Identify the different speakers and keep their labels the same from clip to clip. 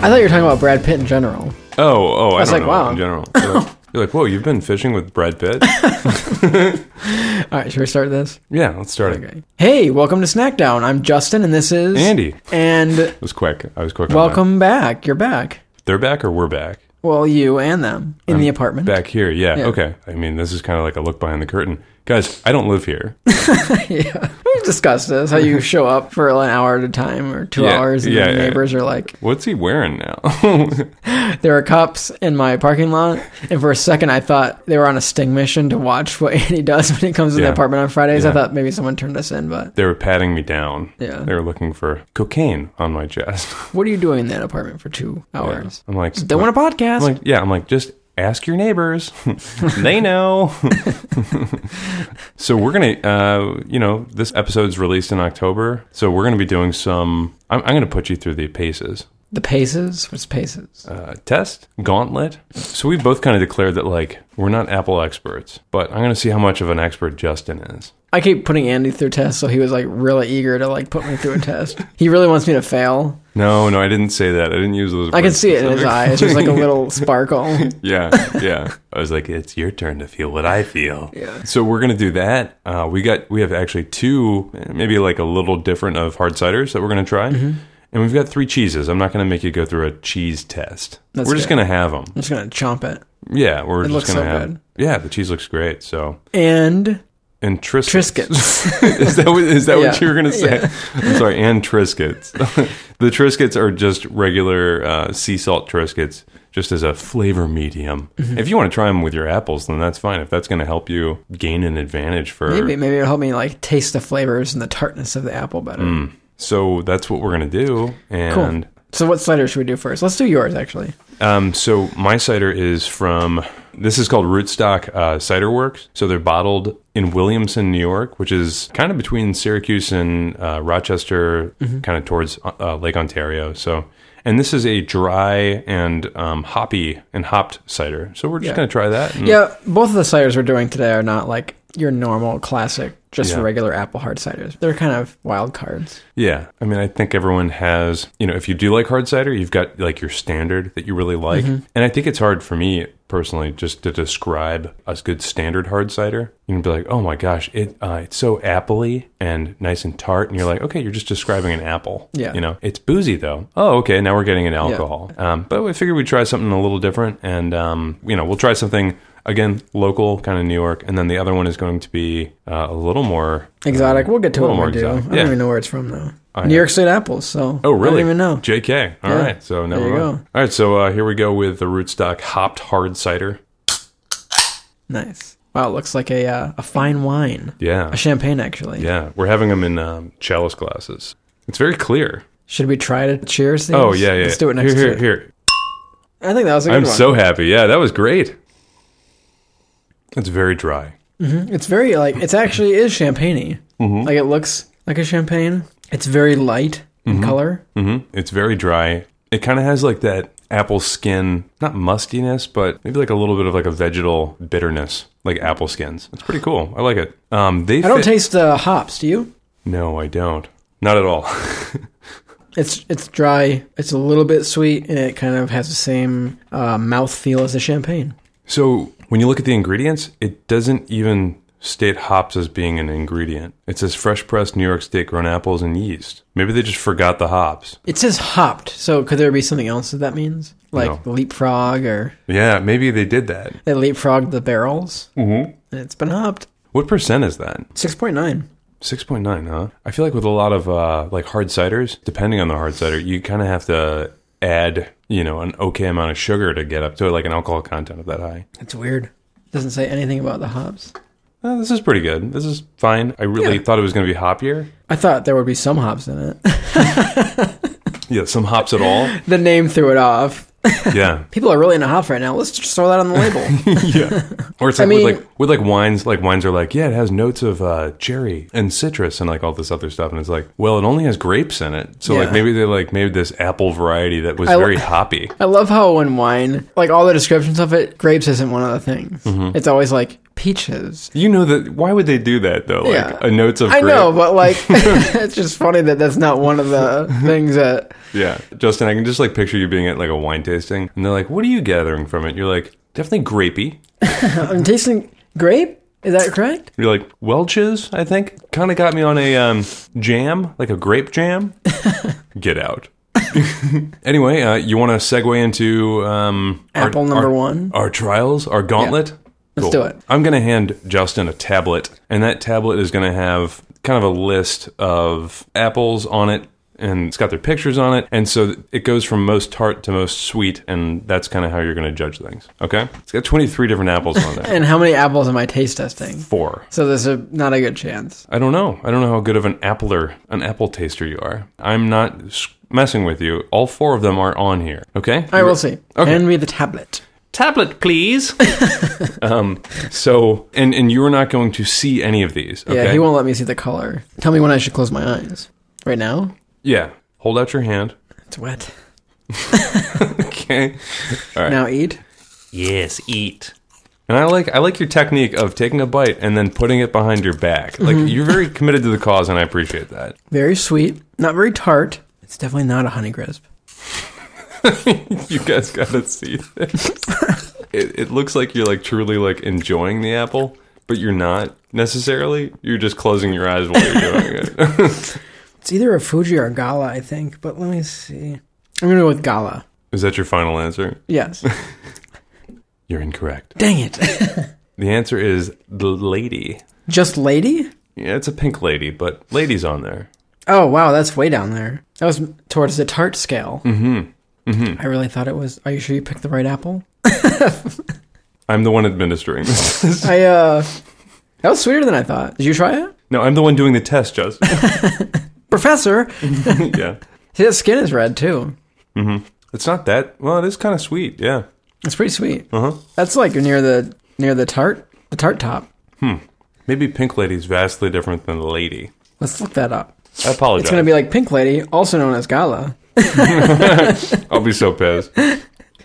Speaker 1: I thought you were talking about Brad Pitt in general.
Speaker 2: Oh, oh, I,
Speaker 1: was
Speaker 2: don't
Speaker 1: like,
Speaker 2: know
Speaker 1: wow.
Speaker 2: in general. You're like, you're like, whoa, you've been fishing with Brad Pitt?
Speaker 1: All right, should we start this?
Speaker 2: yeah, let's start it.
Speaker 1: Okay. Hey, welcome to Snackdown. I'm Justin, and this is
Speaker 2: Andy. It
Speaker 1: And
Speaker 2: was quick. I was quick. on that.
Speaker 1: welcome back. You're back.
Speaker 2: They're back or we're back?
Speaker 1: Well, you and them in the apartment.
Speaker 2: Back here, yeah.
Speaker 1: Yeah.
Speaker 2: Okay. I mean, this is kind of like a look behind the curtain. Guys, I don't live here.
Speaker 1: yeah, we've discussed this. How you show up for an hour at a time or two
Speaker 2: Yeah,
Speaker 1: hours, and
Speaker 2: yeah,
Speaker 1: the
Speaker 2: yeah.
Speaker 1: neighbors are like,
Speaker 2: What's he wearing now?
Speaker 1: "There are cops in my parking lot." And for a second, I thought they were on a sting mission to watch what Andy does when he comes to
Speaker 2: Yeah.
Speaker 1: the apartment on Fridays. I
Speaker 2: Yeah.
Speaker 1: thought maybe someone turned us in, but
Speaker 2: they were patting me down.
Speaker 1: Yeah.
Speaker 2: They were looking for cocaine on my chest.
Speaker 1: what are you doing in that apartment for two hours?
Speaker 2: I'm like,
Speaker 1: Don't want a podcast.
Speaker 2: I'm like, yeah, I'm like, just ask your neighbors. they know. so we're gonna, uh, you know, this episode's released in October, so we're gonna be doing some. I'm, I'm gonna put you through the paces
Speaker 1: the paces. What's paces?
Speaker 2: uh, test gauntlet. So we both kind of declared that like we're not Apple experts, but I'm gonna see how much of an expert Justin is.
Speaker 1: I keep putting Andy through tests, so he was like really eager to like put me through a test. He really wants me to fail.
Speaker 2: No, no, I didn't say that. I didn't use those.
Speaker 1: I can
Speaker 2: words
Speaker 1: see it in his
Speaker 2: specifically.
Speaker 1: eyes. There's like a little sparkle.
Speaker 2: Yeah, yeah. I was like, it's your turn to feel what I feel.
Speaker 1: Yeah.
Speaker 2: So we're gonna do that. Uh, we got we have actually two, maybe like a little different of hard ciders that we're gonna try,
Speaker 1: Mm-hmm.
Speaker 2: and we've got three cheeses. I'm not gonna make you go through a cheese test.
Speaker 1: That's
Speaker 2: we're just
Speaker 1: good.
Speaker 2: gonna have them.
Speaker 1: I'm just gonna chomp it.
Speaker 2: Yeah, we're just
Speaker 1: looks
Speaker 2: gonna
Speaker 1: so
Speaker 2: have.
Speaker 1: good.
Speaker 2: Yeah, the cheese looks great. So
Speaker 1: And
Speaker 2: and triscuits.
Speaker 1: Triscuits.
Speaker 2: is that what, is that what
Speaker 1: Yeah.
Speaker 2: you were gonna say? I'm sorry. And triscuits. the triscuits are just regular uh, sea salt triscuits, just as a flavor medium.
Speaker 1: Mm-hmm.
Speaker 2: If you want to try them with your apples, then that's fine. If that's gonna help you gain an advantage for
Speaker 1: maybe maybe it'll help me like taste the flavors and the tartness of the apple better.
Speaker 2: Hmm. So that's what we're gonna do. And
Speaker 1: So what cider should we do first? Let's do yours actually.
Speaker 2: um, so my cider is from this is called Rootstock uh, Cider Works. So they're bottled in Williamson, New York, which is kind of between Syracuse and uh, Rochester, kind of towards uh, Lake Ontario. So. And this is a dry and um, hoppy and hopped cider, so we're just
Speaker 1: Yeah.
Speaker 2: gonna try that. and-
Speaker 1: Yeah, both of the ciders we're doing today are not like your normal classic, just
Speaker 2: Yeah.
Speaker 1: regular apple hard ciders. They're kind of wild cards.
Speaker 2: Yeah. I mean, I think everyone has, you know, if you do like hard cider, you've got like your standard that you really like. And I think it's hard for me personally just to describe a good standard hard cider. You can be like, oh my gosh, it uh, it's so appley and nice and tart. And you're like, okay, you're just describing an apple.
Speaker 1: Yeah.
Speaker 2: You know, it's boozy though. Oh, okay. Now we're getting an alcohol. Um, but we figured we'd try something a little different. And, um, you know, we'll try something. Again, local, kind of New York, and then the other one is going to be uh, a little more
Speaker 1: Exotic. We'll get to
Speaker 2: Uh, little
Speaker 1: what we
Speaker 2: more
Speaker 1: do.
Speaker 2: exotic.
Speaker 1: I don't
Speaker 2: Yeah.
Speaker 1: even know where it's from though.
Speaker 2: I
Speaker 1: New
Speaker 2: know.
Speaker 1: York State apples. So
Speaker 2: Oh, really?
Speaker 1: I don't even know.
Speaker 2: JK. All right.
Speaker 1: Yeah.
Speaker 2: So now
Speaker 1: There
Speaker 2: we're
Speaker 1: you
Speaker 2: on.
Speaker 1: go.
Speaker 2: All right. So uh, here we go with the rootstock hopped hard cider.
Speaker 1: Nice. Wow, it looks like a uh, a fine wine.
Speaker 2: Yeah.
Speaker 1: A champagne actually.
Speaker 2: Yeah. We're having them in um, chalice glasses. It's very clear.
Speaker 1: Should we try to cheers these?
Speaker 2: Oh, yeah. yeah.
Speaker 1: Let's do it next
Speaker 2: Here,
Speaker 1: to
Speaker 2: here,
Speaker 1: it.
Speaker 2: here.
Speaker 1: I think that was a good
Speaker 2: I'm
Speaker 1: one.
Speaker 2: so happy. Yeah. That was great. It's very dry.
Speaker 1: It's very like it's actually is champagne
Speaker 2: Mm-hmm.
Speaker 1: Like it looks like a champagne. It's very light in color.
Speaker 2: hmm It's very dry. It kind of has like that apple skin, not mustiness, but maybe like a little bit of like a vegetal bitterness, like apple skins. It's pretty cool. I like it. Um, they
Speaker 1: I don't
Speaker 2: fit-
Speaker 1: taste the hops. Do you?
Speaker 2: no, I don't. Not at all.
Speaker 1: It's it's dry. It's a little bit sweet, and it kind of has the same uh, mouth feel as the champagne.
Speaker 2: So when you look at the ingredients, it doesn't even state hops as being an ingredient. It says fresh pressed New York state grown apples and yeast. Maybe they just forgot the hops.
Speaker 1: It says hopped, so could there be something else that that means? Like leapfrog, or
Speaker 2: Yeah, maybe they did that.
Speaker 1: they leapfrogged the barrels,
Speaker 2: Mm.
Speaker 1: mm-hmm. and it's been hopped.
Speaker 2: What percent is that?
Speaker 1: Six point nine.
Speaker 2: 6.9, huh? I feel like with a lot of uh, like hard ciders, depending on the hard cider, you kind of have to add, you know, an okay amount of sugar to get up to like an alcohol content of that high.
Speaker 1: That's weird. Doesn't say anything about the hops.
Speaker 2: Uh, this is pretty good. This is fine. I really
Speaker 1: Yeah.
Speaker 2: thought it was going to be hoppier.
Speaker 1: I thought there would be some hops in it.
Speaker 2: Yeah, some hops at all.
Speaker 1: the name threw it off.
Speaker 2: Yeah.
Speaker 1: People are really into hops right now. Let's just throw that on the label.
Speaker 2: yeah. Or it's like,
Speaker 1: mean-
Speaker 2: with like with like wines, like wines are like, yeah, it has notes of uh, cherry and citrus and like all this other stuff, and it's like, well, it only has grapes in it, so like
Speaker 1: Yeah.
Speaker 2: maybe they like maybe this apple variety that was
Speaker 1: I-
Speaker 2: very hoppy.
Speaker 1: I love how in wine, like all the descriptions of it, grapes isn't one of the things. It's always like peaches.
Speaker 2: You know that why would they do that though? Like
Speaker 1: Yeah.
Speaker 2: a notes of
Speaker 1: I
Speaker 2: grape.
Speaker 1: know, but like, it's just funny that that's not one of the things that.
Speaker 2: Yeah. Justin, I can just like picture you being at like a wine tasting and they're like, What are you gathering from it? You're like, definitely grapey.
Speaker 1: I'm tasting grape. Is that correct?
Speaker 2: You're like, Welch's, I think. Kinda got me on a um, jam, like a grape jam. Get out. anyway, uh, you want to segue into um, our-
Speaker 1: Apple number
Speaker 2: our-
Speaker 1: one.
Speaker 2: our trials, our gauntlet.
Speaker 1: Let's do it.
Speaker 2: I'm going to hand Justin a tablet, and that tablet is going to have kind of a list of apples on it, and it's got their pictures on it. And so it goes from most tart to most sweet, and that's kind of how you're going to judge things. Okay? It's got 23 different apples on there.
Speaker 1: And how many apples am I taste testing?
Speaker 2: Four.
Speaker 1: So there's a not a good chance.
Speaker 2: I don't know. I don't know how good of an appler, an apple taster you are. I'm not s- messing with you. All four of them are on here. Okay?
Speaker 1: I will see.
Speaker 2: Okay.
Speaker 1: Hand me the tablet.
Speaker 2: tablet please um so and and you're not going to see any of these okay
Speaker 1: Yeah, he won't let me see the color. Tell me when I should close my eyes. Right now?
Speaker 2: Yeah. hold out your hand
Speaker 1: It's wet.
Speaker 2: okay
Speaker 1: Now eat.
Speaker 3: Yes, eat.
Speaker 2: and i like i like your technique of taking a bite and then putting it behind your back
Speaker 1: Mm-hmm.
Speaker 2: like you're very committed to the cause and i appreciate that
Speaker 1: Very sweet. Not very tart. It's definitely not a Honeycrisp.
Speaker 2: you guys gotta see this it, it looks like you're like truly like enjoying the apple but you're not necessarily you're just closing your eyes while you're doing it
Speaker 1: It's either a Fuji or a Gala, I think. But let me see. I'm gonna go with Gala.
Speaker 2: is that your final answer
Speaker 1: Yes.
Speaker 2: you're incorrect
Speaker 1: Dang it.
Speaker 2: the answer is the lady
Speaker 1: Just lady?
Speaker 2: Yeah, it's a pink lady, but lady's on there.
Speaker 1: Oh wow, that's way down there. That was towards the tart scale. Mm-hmm. mm-hmm. I really thought it was. Are you sure you picked the right apple?
Speaker 2: I'm the one administering this.
Speaker 1: I uh, that was sweeter than I thought. Did you try it,
Speaker 2: no, I'm the one doing the test, Justin.
Speaker 1: Professor?
Speaker 2: yeah.
Speaker 1: See, that skin is red too.
Speaker 2: It's not that. Well, it is kind of sweet. Yeah.
Speaker 1: It's pretty sweet.
Speaker 2: Uh huh.
Speaker 1: That's like near the near the tart the tart top.
Speaker 2: Maybe pink lady's vastly different than lady.
Speaker 1: Let's look that up.
Speaker 2: I apologize.
Speaker 1: It's gonna be like Pink Lady, also known as Gala.
Speaker 2: I'll be so pissed.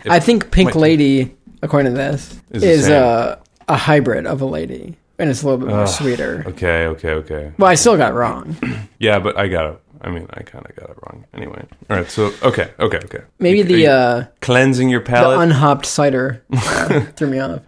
Speaker 1: I think Pink Lady, according to this,
Speaker 2: Is
Speaker 1: is,
Speaker 2: the same.
Speaker 1: a a hybrid of a lady, and it's a little bit more sweeter.
Speaker 2: Okay, okay, okay.
Speaker 1: Well, I still got it wrong.
Speaker 2: Yeah, but I got it. I mean, I kind of got it wrong. Anyway. All right. So, okay, okay, okay.
Speaker 1: Maybe
Speaker 2: You- are
Speaker 1: the
Speaker 2: you
Speaker 1: uh,
Speaker 2: cleansing your
Speaker 1: the
Speaker 2: palate.
Speaker 1: unhopped cider uh, threw me off.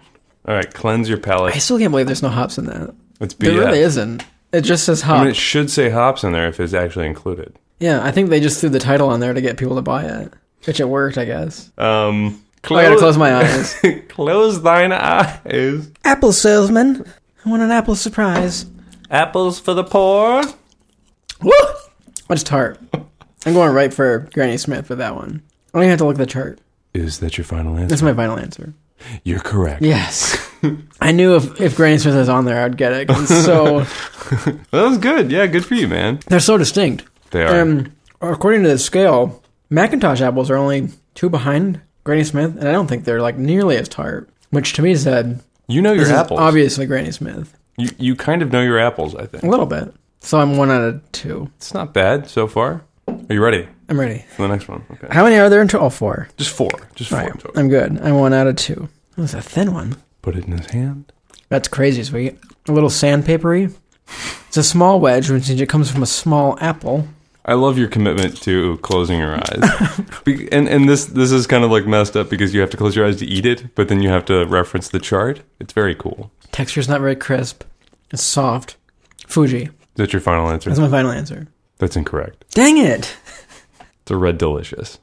Speaker 2: All right, cleanse your
Speaker 1: I
Speaker 2: palate.
Speaker 1: still can't believe there's no hops in that.
Speaker 2: It's BS.
Speaker 1: There really isn't. It just says
Speaker 2: I
Speaker 1: hop.
Speaker 2: mean, it should say hops in there if it's actually included.
Speaker 1: yeah, I think they just threw the title on there to get people to buy it, which it worked, I guess. Oh,
Speaker 2: Um,
Speaker 1: I gotta close my eyes.
Speaker 2: close thine eyes.
Speaker 1: apple salesman, I want an apple surprise.
Speaker 3: Apples for the poor.
Speaker 1: Woo! What's tart? I'm going right for Granny Smith with that one. I don't even have to look at the chart.
Speaker 2: Is that your final answer?
Speaker 1: That's my final answer.
Speaker 2: You're correct.
Speaker 1: Yes. I knew if, if Granny Smith was on there, I'd get it. 'cause It's so
Speaker 2: Well, that was good. Yeah, good for you, man.
Speaker 1: they're so distinct.
Speaker 2: They are.
Speaker 1: Um, according to the scale, Macintosh apples are only two behind Granny Smith, and I don't think they're like nearly as tart. Which to me said
Speaker 2: you know your
Speaker 1: this is
Speaker 2: apples.
Speaker 1: obviously Granny Smith
Speaker 2: you, you kind of know your apples, I
Speaker 1: a
Speaker 2: think.
Speaker 1: little bit. So I'm one out of two.
Speaker 2: It's not bad so far. Are you ready
Speaker 1: I'm ready.
Speaker 2: for the next one? Okay.
Speaker 1: How many are there in total? Oh, four.
Speaker 2: Just four. Just
Speaker 1: All
Speaker 2: four.
Speaker 1: right, Um,
Speaker 2: total.
Speaker 1: I'm good. I'm one out of two. That was a thin one.
Speaker 2: Put it in his hand.
Speaker 1: That's crazy sweet. A little sandpapery. It's a small wedge, which means it comes from a small apple.
Speaker 2: I love your commitment to closing your eyes. Be- and and this this is kind of like messed up because you have to close your eyes to eat it, but then you have to reference the chart. It's very cool.
Speaker 1: Texture's not very crisp. It's soft. Fuji.
Speaker 2: Is that your final answer?
Speaker 1: That's my final answer.
Speaker 2: That's incorrect.
Speaker 1: Dang it!
Speaker 2: It's a red delicious.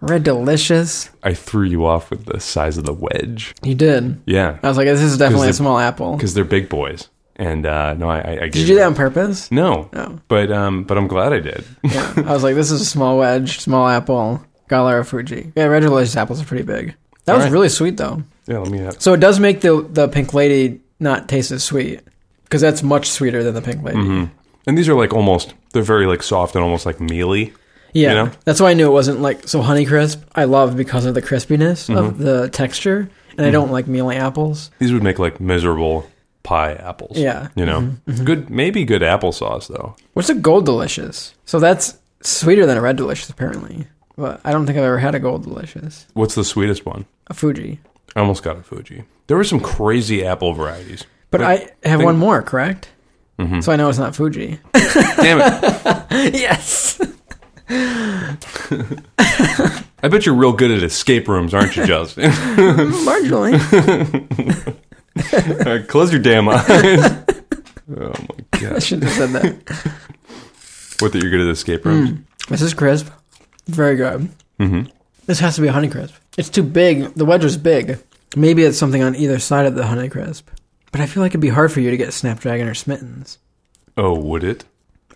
Speaker 1: Red Delicious.
Speaker 2: I threw you off with the size of the wedge.
Speaker 1: You did.
Speaker 2: Yeah.
Speaker 1: I was like, this is definitely
Speaker 2: they-
Speaker 1: a small apple. Did
Speaker 2: because they're big boys. And uh, no, I, I, I
Speaker 1: you do that on purpose?
Speaker 2: No,
Speaker 1: No.
Speaker 2: but um, but I'm glad I did.
Speaker 1: Yeah. I was like, this is a small wedge, small apple, Galara Fuji. Yeah, Red Delicious apples are pretty big. That
Speaker 2: All
Speaker 1: was
Speaker 2: right.
Speaker 1: really sweet, though.
Speaker 2: yeah, let me. Have,
Speaker 1: So it does make the, the Pink Lady not taste as sweet, because that's much sweeter than the Pink
Speaker 2: Mm-hmm.
Speaker 1: Lady.
Speaker 2: and these are like almost. They're very like soft and almost like mealy.
Speaker 1: Yeah,
Speaker 2: You know?
Speaker 1: that's why I knew it wasn't like so Honeycrisp. I love because of the crispiness
Speaker 2: Mm-hmm.
Speaker 1: of the texture, and I don't like mealy apples.
Speaker 2: These would make like miserable pie apples.
Speaker 1: Yeah. Mm-hmm,
Speaker 2: you know, good maybe good applesauce though.
Speaker 1: What's a gold delicious? So that's sweeter than a red delicious, apparently. But I don't think I've ever had a gold delicious.
Speaker 2: What's the sweetest one?
Speaker 1: A Fuji.
Speaker 2: I almost got a Fuji. There were some crazy apple varieties.
Speaker 1: But I have
Speaker 2: think- Mm-hmm.
Speaker 1: one more, correct? So I know it's not Fuji.
Speaker 2: Damn it.
Speaker 1: yes.
Speaker 2: I bet you're real good at escape rooms, aren't you, Justin?
Speaker 1: Marginally.
Speaker 2: Close your damn eyes. oh my
Speaker 1: I
Speaker 2: gosh.
Speaker 1: should have said that.
Speaker 2: What that you're good at escape rooms.
Speaker 1: This is crisp. Very good.
Speaker 2: Mhm.
Speaker 1: This has to be a Honeycrisp. It's too big. The wedge was big. Maybe it's something on either side of the Honeycrisp. But I feel like it'd be hard for you to get Snapdragon or Smittens.
Speaker 2: Oh, would it?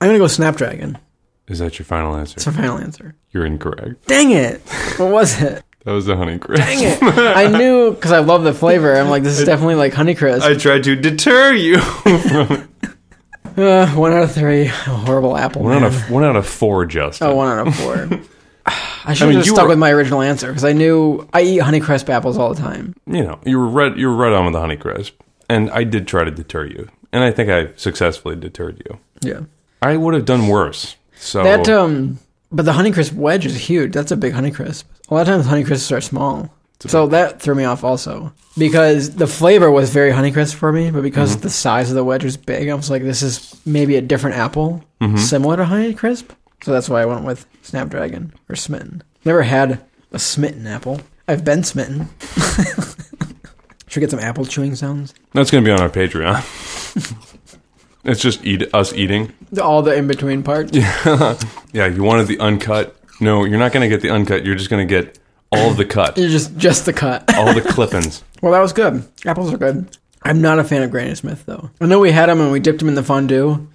Speaker 1: I'm gonna go Snapdragon.
Speaker 2: Is that your final answer?
Speaker 1: It's a final answer.
Speaker 2: You're incorrect.
Speaker 1: Dang it! What was it?
Speaker 2: That was the Honeycrisp.
Speaker 1: Dang it! I knew because I love the flavor. I'm like, this is definitely like Honeycrisp.
Speaker 2: I tried to deter you.
Speaker 1: Uh, one out of three. A horrible apple.
Speaker 2: One out
Speaker 1: man.
Speaker 2: of one out of four, Justin.
Speaker 1: Oh, one out of four. I should
Speaker 2: mean,
Speaker 1: have
Speaker 2: you
Speaker 1: stuck
Speaker 2: were-
Speaker 1: with my original answer because I knew I eat Honeycrisp apples all the time.
Speaker 2: You know, you were right. You were right on with the Honeycrisp, and I did try to deter you, and I think I successfully deterred you.
Speaker 1: Yeah.
Speaker 2: I would have done worse. So
Speaker 1: That um, but the Honeycrisp wedge is huge. That's a big Honeycrisp. A lot of times Honeycrisps are small, so that threw me off also because the flavor was very Honeycrisp for me, but because the size of the wedge was big, I was like, this is maybe a different apple similar to Honeycrisp. So that's why I went with Snapdragon or Smitten. Never had a smitten apple. I've been smitten. Should we get some apple chewing sounds.
Speaker 2: that's going to be on our Patreon. it's just eat us eating.
Speaker 1: All the in between parts.
Speaker 2: Yeah, you wanted the uncut. No, you're not going to get the uncut. You're just going to get all the cut,
Speaker 1: You're just just the cut.
Speaker 2: all the clippings.
Speaker 1: Well, that was good. Apples are good. I'm not a fan of Granny Smith though. I know we had them and we dipped them in the fondue,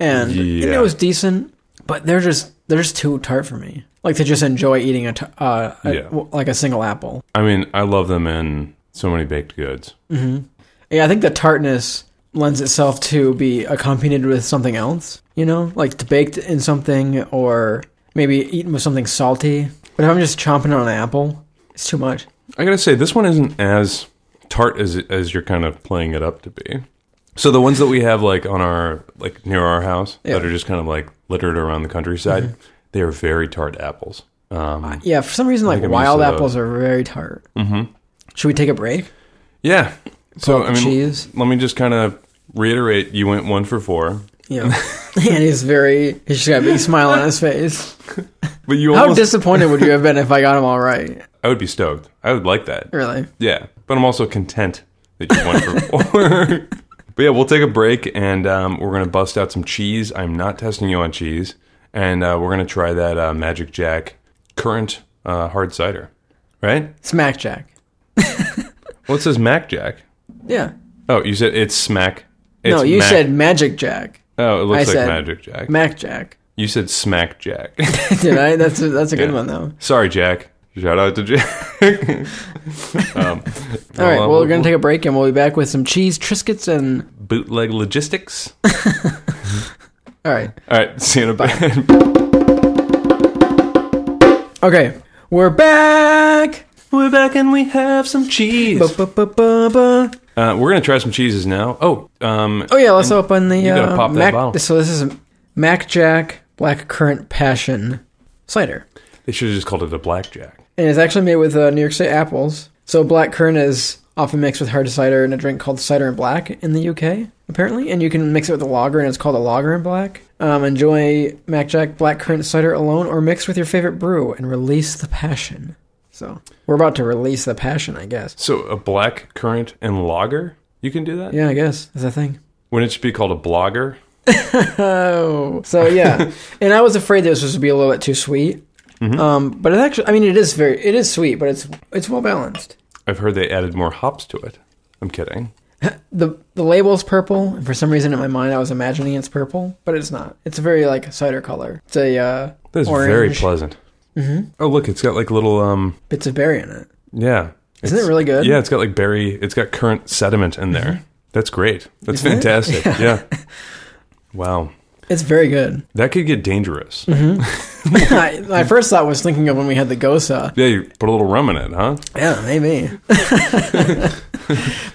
Speaker 1: and and
Speaker 2: Yeah.
Speaker 1: it was decent. But they're just they're just too tart for me. Like to just enjoy eating a, t- uh, a-
Speaker 2: Yeah.
Speaker 1: w- like a single apple.
Speaker 2: I mean, I love them in so many baked goods.
Speaker 1: Yeah, I think the tartness lends itself to be accompanied with something else. You know, like to baked in something or maybe eaten with something salty. But if I'm just chomping on an apple, it's too much.
Speaker 2: I gotta say, this one isn't as tart as as you're kind of playing it up to be. So the ones that we have like on our like near our house
Speaker 1: Yeah. Mm-hmm.
Speaker 2: that are just kind of like littered around the countryside, they are very tart apples. Um,
Speaker 1: Yeah, for some reason, like
Speaker 2: I'm
Speaker 1: wild
Speaker 2: used to those.
Speaker 1: apples are very tart. Mm-hmm. Should we take a break?
Speaker 2: yeah. So I mean,
Speaker 1: cheese.
Speaker 2: let me just kind of reiterate: you went one for four,
Speaker 1: Yeah. and he's very, he's just got a big smile on his face.
Speaker 2: but you
Speaker 1: How
Speaker 2: almost.
Speaker 1: disappointed would you have been if I got him all right?
Speaker 2: I would be stoked. I would like that.
Speaker 1: Really?
Speaker 2: Yeah, but I'm also content that you went for four. but yeah, we'll take a break and um, we're gonna bust out some cheese. I'm not testing you on cheese, and uh, we're gonna try that uh, Magic Jack current uh, hard cider. Right?
Speaker 1: Smack Jack.
Speaker 2: Well, it says Mac Jack.
Speaker 1: Yeah.
Speaker 2: Oh, you said it's Smack. It's
Speaker 1: no, you
Speaker 2: Mac-
Speaker 1: said Magic Jack.
Speaker 2: Oh, it looks
Speaker 1: I
Speaker 2: like
Speaker 1: said
Speaker 2: Magic Jack.
Speaker 1: Mac Jack.
Speaker 2: you said Smack Jack.
Speaker 1: Did I? That's a, that's a good
Speaker 2: Yeah.
Speaker 1: one, though.
Speaker 2: Sorry, Jack. Shout out to Jack. um,
Speaker 1: All right, well,
Speaker 2: uh,
Speaker 1: we're going to take a break and we'll be back with some cheese, Triscuits, and.
Speaker 2: bootleg logistics.
Speaker 1: All right.
Speaker 2: All right, see you in a bit.
Speaker 1: Okay. We're back.
Speaker 2: We're back and we have some cheese.
Speaker 1: Ba-ba-ba-ba-ba.
Speaker 2: Uh, we're gonna try some cheeses now. Oh, um,
Speaker 1: Oh, yeah, let's open the.
Speaker 2: you gotta
Speaker 1: uh,
Speaker 2: pop that
Speaker 1: Mac,
Speaker 2: bottle.
Speaker 1: So this is Mac Jack Black Currant Passion Cider.
Speaker 2: they should have just called it a blackjack.
Speaker 1: and it's actually made with uh, New York State apples. So black currant is often mixed with hard cider in a drink called cider and black in the UK, apparently. And you can mix it with a lager, and it's called a lager and black. Um, enjoy Mac Jack black currant cider alone, or mix with your favorite brew and release the passion. So we're about to release the passion, I guess.
Speaker 2: So a black currant and lager, you can do that.
Speaker 1: Yeah, I guess that's a thing.
Speaker 2: Wouldn't it should be called a blogger?
Speaker 1: Oh, so yeah, and I was afraid this was to be a little bit too sweet. Um, but it actually, I mean, it is very, it is sweet, but it's it's well balanced.
Speaker 2: I've heard they added more hops to it. I'm kidding.
Speaker 1: the the label's purple and for some reason in my mind i was imagining it's purple but it's not it's a very like cider color it's a uh
Speaker 2: That's
Speaker 1: orange
Speaker 2: very pleasant. Mm-hmm. Oh look, it's got like little um,
Speaker 1: bits of berry in it
Speaker 2: yeah.
Speaker 1: isn't
Speaker 2: It's-
Speaker 1: it really good
Speaker 2: Yeah, it's got like berry. It's got current sediment in there.
Speaker 1: Mm-hmm.
Speaker 2: That's great. That's fantastic. Yeah. Wow,
Speaker 1: it's very good
Speaker 2: that could get dangerous.
Speaker 1: Mm-hmm. I, my first thought was thinking of when we had the gosa
Speaker 2: Yeah, you put a little rum in it, huh?
Speaker 1: yeah maybe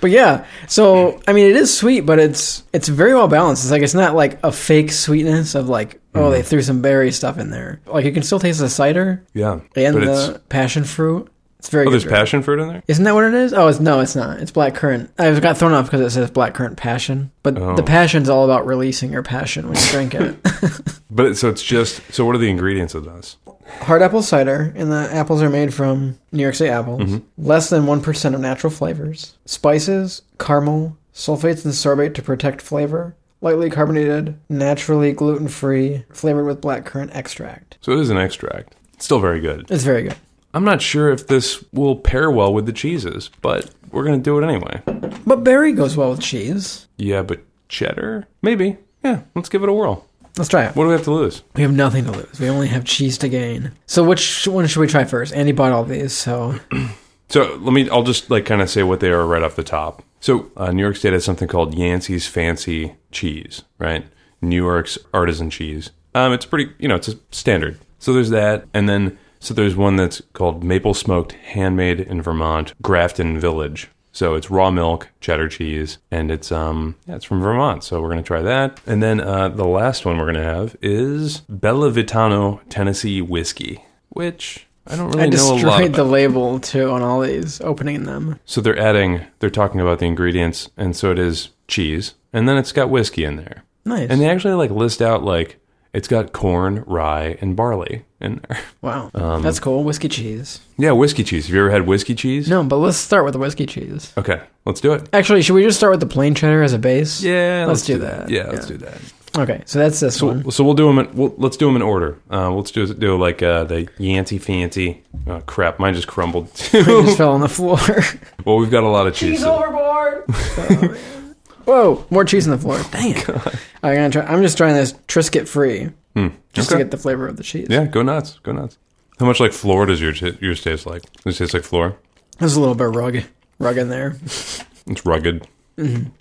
Speaker 1: but yeah so i mean it is sweet but it's it's very well balanced it's like it's not like a fake sweetness of like
Speaker 2: Mm-hmm.
Speaker 1: oh they threw some berry stuff in there like you can still taste the cider
Speaker 2: Yeah,
Speaker 1: and
Speaker 2: but it's
Speaker 1: the passion fruit It's very
Speaker 2: Oh,
Speaker 1: good.
Speaker 2: there's
Speaker 1: drink.
Speaker 2: passion fruit in there?
Speaker 1: Isn't that what it is? Oh, it's no, it's not. It's black currant. I was- got thrown off because it says black currant passion, but
Speaker 2: Oh.
Speaker 1: the passion's all about releasing your passion when you drink it.
Speaker 2: But it, so it's just, so what are the ingredients of this?
Speaker 1: Hard apple cider, and the apples are made from New York State apples. Less than 1% of natural flavors. Spices, caramel, sulfates, and sorbate to protect flavor. Lightly carbonated, naturally gluten free, flavored with black currant extract.
Speaker 2: So it is an extract. It's still very good.
Speaker 1: It's very good.
Speaker 2: I'm not sure if this will pair well with the cheeses, but we're going to do it anyway.
Speaker 1: But berry goes well with cheese.
Speaker 2: Yeah, but cheddar? Maybe. Yeah, let's give it a whirl.
Speaker 1: Let's try it.
Speaker 2: What do we have to lose?
Speaker 1: We have nothing to lose. We only have cheese to gain. So, which one should we try first? Andy bought all these, so
Speaker 2: So let me, I'll just like kind of say what they are right off the top. So uh, New York State has something called Yancey's Fancy Cheese, right? New York's artisan cheese. Um, it's pretty, you know, it's a standard. So there's that. And then, so there's one that's called Maple Smoked Handmade in Vermont, Grafton Village. So it's raw milk, cheddar cheese, and it's um yeah, it's from Vermont. So we're gonna try that, and then uh, the last one we're gonna have is Bella Vitano Tennessee whiskey, which I don't really
Speaker 1: I
Speaker 2: know a lot.
Speaker 1: destroyed
Speaker 2: about.
Speaker 1: the label too on all these, opening them.
Speaker 2: So they're adding, they're talking about the ingredients, and so it is cheese, and then it's got whiskey in there,
Speaker 1: Nice.
Speaker 2: and they actually like list out like it's got corn, rye, and barley in there.
Speaker 1: wow.
Speaker 2: um,
Speaker 1: That's cool. Whiskey cheese.
Speaker 2: yeah, whiskey cheese. Have you ever had whiskey cheese?
Speaker 1: No, but let's start with the whiskey cheese.
Speaker 2: Okay, let's do it.
Speaker 1: Actually, should we just start with the plain cheddar as a base?
Speaker 2: Yeah,
Speaker 1: Let's do that.
Speaker 2: Yeah, let's
Speaker 1: Yeah.
Speaker 2: do that.
Speaker 1: Okay, so that's this one.
Speaker 2: So, so we'll do them. In, we'll, let's do them in order. Uh, let's do do like uh, the Yancey fancy. Oh crap, mine just crumbled.
Speaker 1: It just fell on the floor.
Speaker 2: well, we've got a lot of cheese. so-
Speaker 1: overboard. Whoa, more cheese on the floor. Dang it. I'm gonna try. I'm just trying this Trisket free, just
Speaker 2: Hmm. Okay.
Speaker 1: to get the flavor of the cheese.
Speaker 2: Yeah, go nuts, go nuts. How much like floor does your t- yours taste like? Does it taste like floor?
Speaker 1: There's a little bit of rug, rug in there.
Speaker 2: It's rugged.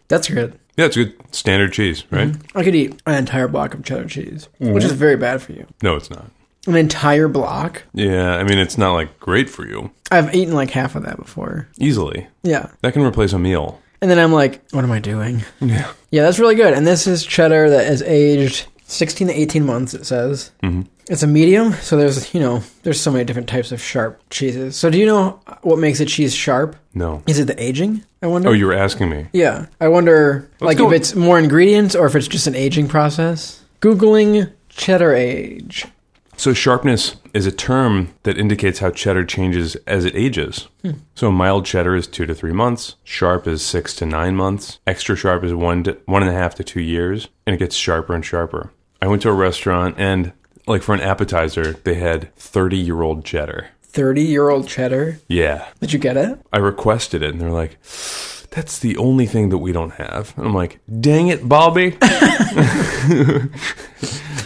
Speaker 1: That's good.
Speaker 2: Yeah, it's good standard cheese, right?
Speaker 1: I could eat an entire block of cheddar cheese, which is very bad for you.
Speaker 2: No, it's not.
Speaker 1: An entire block.
Speaker 2: Yeah, I mean, it's not like great for you
Speaker 1: I've eaten like half of that before.
Speaker 2: easily.
Speaker 1: Yeah.
Speaker 2: That can replace a meal.
Speaker 1: And then I'm like, what am I doing?
Speaker 2: Yeah.
Speaker 1: Yeah, that's really good. And this is cheddar that is aged 16 to 18 months, it says. Mm-hmm. It's a medium, so there's, you know, there's so many different types of sharp cheeses. So do you know what makes a cheese sharp?
Speaker 2: No.
Speaker 1: Is it the aging? I wonder.
Speaker 2: Oh, you were asking me.
Speaker 1: yeah. I wonder, like,
Speaker 2: go-
Speaker 1: if it's more ingredients or if it's just an aging process. Googling cheddar age.
Speaker 2: So sharpness is a term that indicates how cheddar changes as it ages. So mild cheddar is two to three months. Sharp is six to nine months. Extra sharp is one to one and a half to two years, and it gets sharper and sharper. I went to a restaurant and, like, for an appetizer, they had thirty-year-old cheddar.
Speaker 1: 30 year old cheddar.
Speaker 2: Yeah.
Speaker 1: Did you get it?
Speaker 2: I requested it, and they're like, "That's the only thing that we don't have." And I'm like, "Dang it, Bobby!"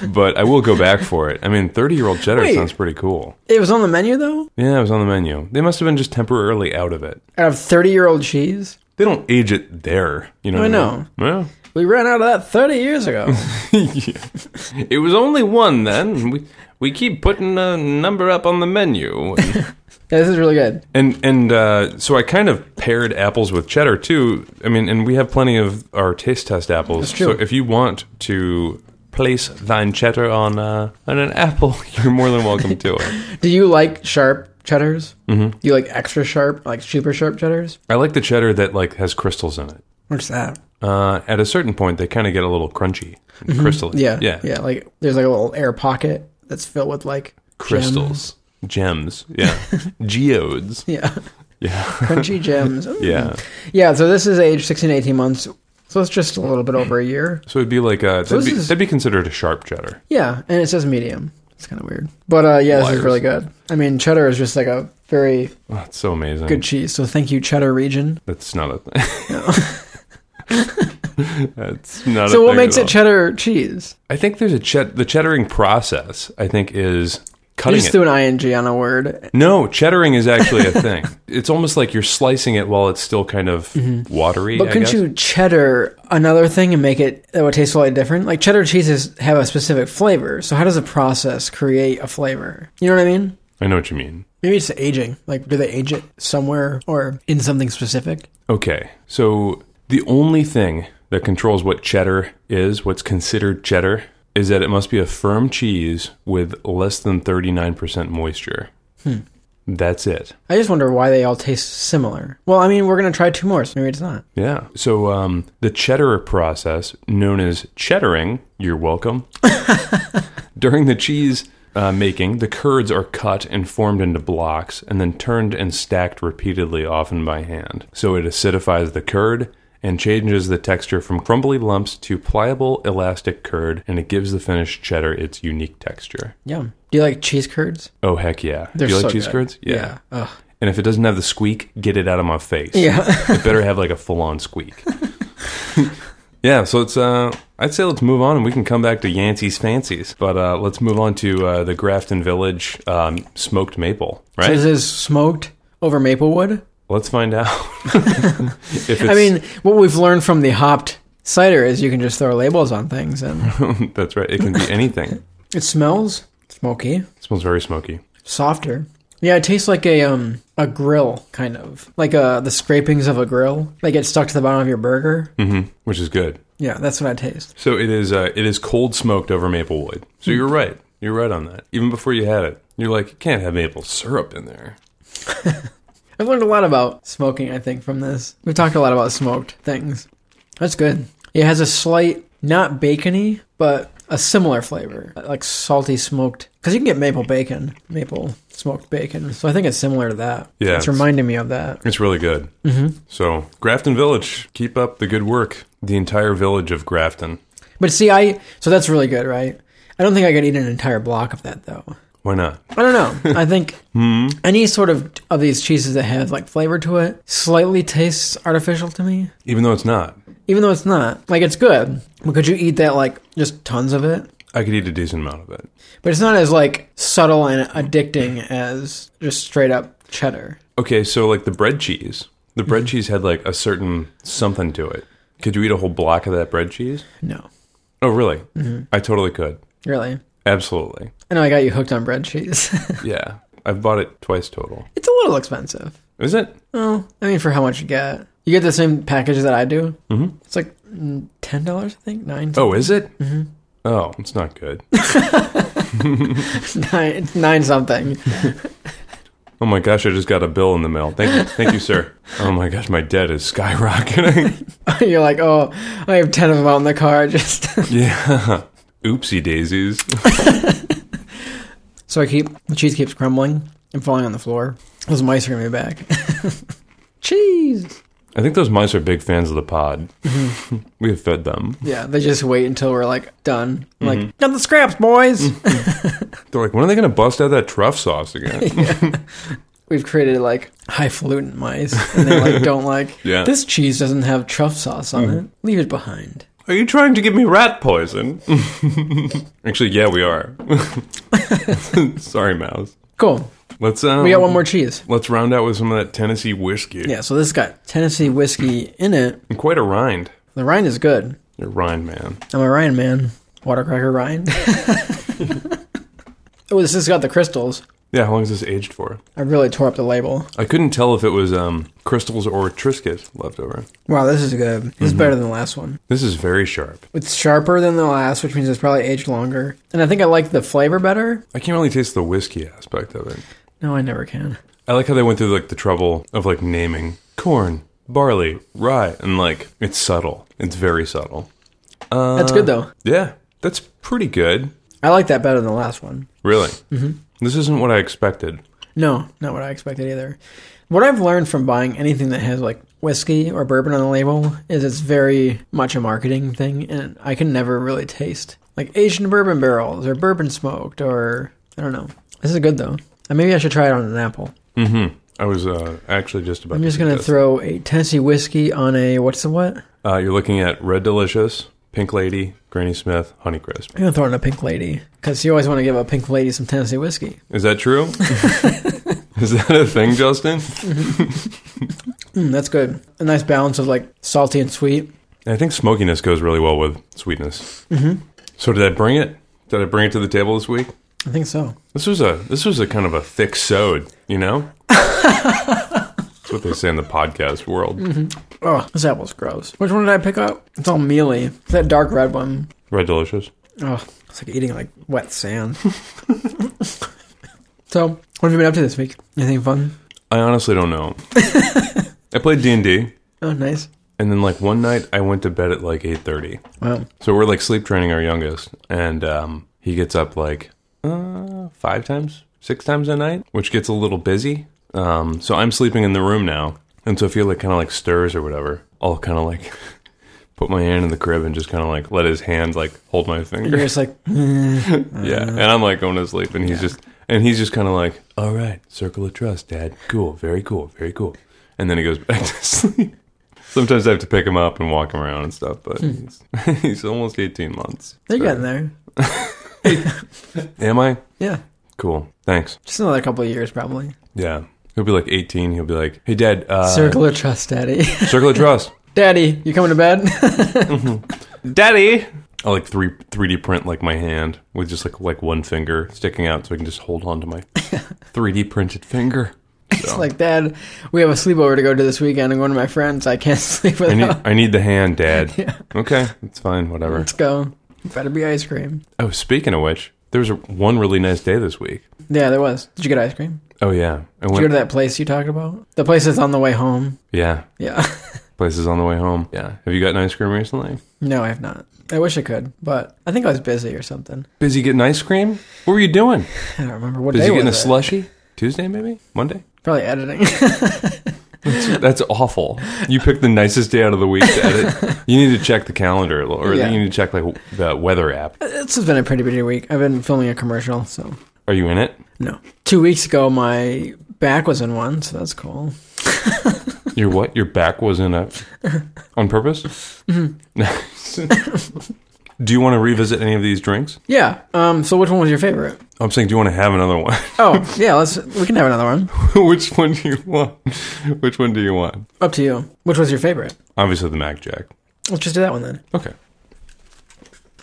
Speaker 2: but I will go back for it. I mean, 30 year old cheddar
Speaker 1: Wait.
Speaker 2: sounds pretty cool.
Speaker 1: It was on the menu, though?
Speaker 2: Yeah, it was on the menu. They must have been just temporarily out of it.
Speaker 1: Out of 30 year old cheese?
Speaker 2: They don't age it there, you know.
Speaker 1: I
Speaker 2: what
Speaker 1: know.
Speaker 2: I mean?
Speaker 1: We ran out of that 30 years ago.
Speaker 2: Well, yeah. it was only one then. We we keep putting a number up on the menu.
Speaker 1: Yeah, this is really good.
Speaker 2: And and uh, so I kind of paired apples with cheddar too. I mean, and we have plenty of our taste test apples.
Speaker 1: That's true.
Speaker 2: So if you want to place thine cheddar on uh, on an apple, you're more than welcome to it.
Speaker 1: Do you like sharp cheddars? Mm-hmm. Do you like extra sharp, like super sharp cheddars?
Speaker 2: I like the cheddar that like has crystals in it.
Speaker 1: What's that?
Speaker 2: Uh, at a certain point, they kind of get a little crunchy, and crystalline.
Speaker 1: Mm-hmm. Yeah,
Speaker 2: yeah,
Speaker 1: yeah. Like there's like a little air pocket that's filled with like gems.
Speaker 2: crystals, gems, yeah, geodes,
Speaker 1: Yeah,
Speaker 2: yeah,
Speaker 1: crunchy gems. Ooh.
Speaker 2: yeah.
Speaker 1: yeah. So this is age 16 to 18 months. So it's just a little bit over a year.
Speaker 2: So it'd be like uh that'd,
Speaker 1: this
Speaker 2: be,
Speaker 1: is-
Speaker 2: that'd be considered a sharp cheddar.
Speaker 1: Yeah, and it says medium. It's kind of weird, but uh, yeah, this
Speaker 2: Liars.
Speaker 1: is really good. I mean, cheddar is just like a very
Speaker 2: Oh, that's so amazing.
Speaker 1: good cheese. So thank you, cheddar region.
Speaker 2: That's not a thing. That's not. a
Speaker 1: So what
Speaker 2: thing
Speaker 1: makes
Speaker 2: at
Speaker 1: it
Speaker 2: all.
Speaker 1: cheddar cheese?
Speaker 2: I think there's a chet. The cheddaring process. I think is
Speaker 1: You
Speaker 2: cutting
Speaker 1: just
Speaker 2: it.
Speaker 1: threw an ing on a word.
Speaker 2: no, cheddaring is actually a thing. it's almost like you're slicing it while it's still kind of watery.
Speaker 1: Mm-hmm. But
Speaker 2: I
Speaker 1: couldn't
Speaker 2: guess.
Speaker 1: you cheddar another thing and make it that would taste slightly different? Like cheddar cheeses have a specific flavor, so how does the process create a flavor? You know what I mean?
Speaker 2: I know what you mean.
Speaker 1: Maybe it's the aging. Like, do they age it somewhere or in something specific?
Speaker 2: Okay, so the only thing that controls what cheddar is, what's considered cheddar, is
Speaker 1: Hmm.
Speaker 2: that it must be a firm cheese with less than 39% moisture. That's it.
Speaker 1: I just wonder why they all taste similar. Well, I mean, we're gonna try two more, so maybe it's not.
Speaker 2: Yeah. So um, the cheddar process, known as cheddaring, you're welcome. During the cheese uh, making, the curds are cut and formed into blocks and then turned and stacked repeatedly, often by hand. So it acidifies the curd and changes the texture from crumbly lumps to pliable, elastic curd, and it gives the finished cheddar its unique texture.
Speaker 1: Yum. Do you like cheese curds?
Speaker 2: Oh, heck yeah.
Speaker 1: They're
Speaker 2: Do you like
Speaker 1: so
Speaker 2: cheese
Speaker 1: good.
Speaker 2: curds?
Speaker 1: Ugh.
Speaker 2: And if it doesn't have the squeak, get it out of my face.
Speaker 1: Yeah.
Speaker 2: it better have like a full on squeak. yeah, so it's uh I'd say let's move on and we can come back to Yancey's fancies. But uh let's move on to uh the Grafton Village um smoked maple,
Speaker 1: So
Speaker 2: right?
Speaker 1: this is smoked over maple wood.
Speaker 2: let's find out. if it's,
Speaker 1: I mean, what we've learned from the hopped cider is you can just throw labels on things, and
Speaker 2: mean that's right. It can be anything.
Speaker 1: it smells smoky,
Speaker 2: It smells very smoky.
Speaker 1: softer. Yeah, it tastes like a um a grill kind of like uh the scrapings of a grill. They get stuck to the bottom of your burger.
Speaker 2: Mm-hmm. Which is good.
Speaker 1: Yeah, that's what I taste.
Speaker 2: So it is uh it is cold smoked over maple wood. So
Speaker 1: Hmm.
Speaker 2: you're right. You're right on that. Even before you had it. You're like, you can't have maple syrup in there.
Speaker 1: I've learned a lot about smoking, I think, from this. We've talked a lot about smoked things. That's good. It has a slight, not bacony, but a similar flavor, like salty smoked. Because you can get maple bacon, maple smoked bacon. So I think it's similar to that.
Speaker 2: Yeah,
Speaker 1: It's
Speaker 2: it's-
Speaker 1: reminding me of that.
Speaker 2: It's really good. Mm-hmm. So, Grafton Village, keep up the good work. The entire village of Grafton.
Speaker 1: But see, I. So that's really good, right? I don't think I could eat an entire block of that, though.
Speaker 2: Why not?
Speaker 1: I don't know. I think any sort of of these cheeses that have like flavor to it slightly tastes artificial to me.
Speaker 2: Even though it's not,
Speaker 1: even though it's not like it's good but could you eat that like just tons of it
Speaker 2: I could eat a decent amount of it.
Speaker 1: but it's not as like subtle and addicting as just straight up cheddar
Speaker 2: Okay, so like the bread cheese. The bread cheese had like a certain something to it. Could you eat a whole block of that bread cheese?
Speaker 1: no
Speaker 2: Oh, really? I totally could.
Speaker 1: really
Speaker 2: Absolutely.
Speaker 1: i know i got you hooked on bread cheese
Speaker 2: Yeah. I've bought it twice total.
Speaker 1: it's a little expensive
Speaker 2: Is it?
Speaker 1: well i mean for how much you get you get the same package that i do mm-hmm. it's like mm, ten dollars i think nine
Speaker 2: Oh, is it? Mm-hmm. Oh, it's not good.
Speaker 1: nine, nine something
Speaker 2: Oh my gosh, I just got a bill in the mail. Thank you. Thank you, sir. Oh my gosh, my debt is skyrocketing.
Speaker 1: you're like oh i have ten of them out in the car just
Speaker 2: Yeah. Oopsie daisies.
Speaker 1: So I keep the cheese keeps crumbling and falling on the floor. Those mice are gonna be back. cheese.
Speaker 2: I think those mice are big fans of the pod.
Speaker 1: Mm-hmm.
Speaker 2: we have fed them.
Speaker 1: Yeah, they just wait until we're like done. I'm Like got the scraps, boys.
Speaker 2: They're like, when are they going to bust out that truff sauce again?
Speaker 1: We've created like highfalutin mice, and they like don't like.
Speaker 2: Yeah.
Speaker 1: This cheese doesn't have truff sauce on it. Leave it behind.
Speaker 2: are you trying to give me rat poison? Actually, yeah, we are. Sorry, Mouse.
Speaker 1: Cool.
Speaker 2: Let's um,
Speaker 1: We got one more cheese.
Speaker 2: Let's round out with some of that Tennessee whiskey.
Speaker 1: Yeah. So this got Tennessee whiskey in it.
Speaker 2: And quite a rind.
Speaker 1: The rind is good.
Speaker 2: You're rind man.
Speaker 1: I'm a rind man. Watercracker rind. oh, this has got the crystals.
Speaker 2: Yeah, how long is this aged for?
Speaker 1: I really tore up the label.
Speaker 2: I couldn't tell if it was um, crystals or Triscuit left over.
Speaker 1: Wow, this is good. This is better than the last one.
Speaker 2: This is very sharp.
Speaker 1: It's sharper than the last, which means it's probably aged longer. And I think I like the flavor better.
Speaker 2: I can't really taste the whiskey aspect of it.
Speaker 1: No, I never can.
Speaker 2: I like how they went through like the trouble of like naming corn, barley, rye, and like it's subtle. It's very subtle.
Speaker 1: That's good though.
Speaker 2: Yeah, that's pretty good.
Speaker 1: I like that better than the last one.
Speaker 2: Really, mm-hmm. this isn't what I expected.
Speaker 1: No, not what I expected either. What I've learned from buying anything that has like whiskey or bourbon on the label is it's very much a marketing thing, and I can never really taste like Asian bourbon barrels or bourbon smoked or I don't know. This is good though. And maybe I should try it on an apple.
Speaker 2: Mm-hmm. I was uh, actually just about.
Speaker 1: I'm
Speaker 2: to
Speaker 1: just gonna
Speaker 2: suggest-
Speaker 1: throw a Tennessee whiskey on a what's the what?
Speaker 2: Uh, you're looking at Red Delicious, Pink Lady, Granny Smith, Honeycrisp.
Speaker 1: I'm gonna throw in a pink lady because you always want to give a pink lady some Tennessee whiskey.
Speaker 2: Is that true? is that a thing, Justin?
Speaker 1: Mm, that's good. A nice balance of like salty and sweet.
Speaker 2: I think smokiness goes really well with sweetness. Mm-hmm. So did I bring it? Did I bring it to the table this week?
Speaker 1: I think so.
Speaker 2: This was a this was a kind of a thick sewed, you know. That's what they say in the podcast world.
Speaker 1: Oh, this apple's gross. Which one did I pick up? It's all mealy. It's that dark red one.
Speaker 2: Red delicious.
Speaker 1: Oh, it's like eating like wet sand. So, what have you been up to this week? Anything fun?
Speaker 2: I honestly don't know. I played D and D,
Speaker 1: Oh, nice.
Speaker 2: and then like one night I went to bed at like eight thirty.
Speaker 1: Wow.
Speaker 2: So we're like sleep training our youngest, and um, he gets up like uh, five times, six times a night, which gets a little busy. Um, so I'm sleeping in the room now, and so if he like kind of like stirs or whatever, I'll kind of like put my hand in the crib and just kind of like let his hand like hold my
Speaker 1: You're
Speaker 2: finger.
Speaker 1: just like, eh.
Speaker 2: yeah, and I'm like going to sleep, and he's just and he's just kind of like, all right, circle of trust, Dad. Cool, very cool, very cool. And then he goes back to sleep. Sometimes I have to pick him up and walk him around and stuff, but he's, he's almost 18 months.
Speaker 1: they're
Speaker 2: So-
Speaker 1: getting there.
Speaker 2: Am I?
Speaker 1: Yeah.
Speaker 2: Cool. Thanks.
Speaker 1: Just another couple of years, probably.
Speaker 2: Yeah. He'll be like 18. He'll be like, hey, Dad, uh, circle.
Speaker 1: Circle of trust, daddy.
Speaker 2: of trust.
Speaker 1: daddy, you coming to bed?
Speaker 3: Daddy!
Speaker 2: I like three 3D print like my hand with just like like one finger sticking out so I can just hold on to my 3D printed finger.
Speaker 1: it's like, Dad, we have a sleepover to go to this weekend. I'm going to my friends. I can't sleep
Speaker 2: I need,
Speaker 1: without.
Speaker 2: I need the hand, Dad. Okay, it's fine, whatever.
Speaker 1: Let's go. Better be ice cream.
Speaker 2: Oh, speaking of which, there was a, one really nice day this week.
Speaker 1: Yeah, there was. Did you get ice cream?
Speaker 2: Oh yeah, I
Speaker 1: Did you go
Speaker 2: went.
Speaker 1: to that place you talked about? The place that's on the way home.
Speaker 2: Yeah,
Speaker 1: Yeah.
Speaker 2: places on the way home. Yeah, have you gotten ice cream recently?
Speaker 1: no, I have not. I wish I could, but I think I was busy or something.
Speaker 2: Busy getting ice cream? What were you doing?
Speaker 1: I don't remember what
Speaker 2: Busy
Speaker 1: day
Speaker 2: getting a
Speaker 1: was it.
Speaker 2: slushy? Tuesday maybe? Monday?
Speaker 1: Probably editing.
Speaker 2: That's awful. You picked the nicest day out of the week to edit. You need to check the calendar, or
Speaker 1: Yeah.
Speaker 2: you need to check like the weather app.
Speaker 1: This has been a pretty busy week. I've been filming a commercial, so
Speaker 2: Are you in it?
Speaker 1: no. Two weeks ago, my back was in one, so that's cool.
Speaker 2: Your what? Your back was in a on purpose. Nice.
Speaker 1: Mm-hmm.
Speaker 2: do you want to revisit any of these drinks?
Speaker 1: Yeah. Um. So, which one was your favorite?
Speaker 2: I'm saying, do you want to have another one?
Speaker 1: Oh, yeah. Let's. We can have another one.
Speaker 2: Which one do you want? Which one do you want?
Speaker 1: Up to you. Which was your favorite?
Speaker 2: Obviously, the Mac Jack.
Speaker 1: Let's just do that one then.
Speaker 2: Okay,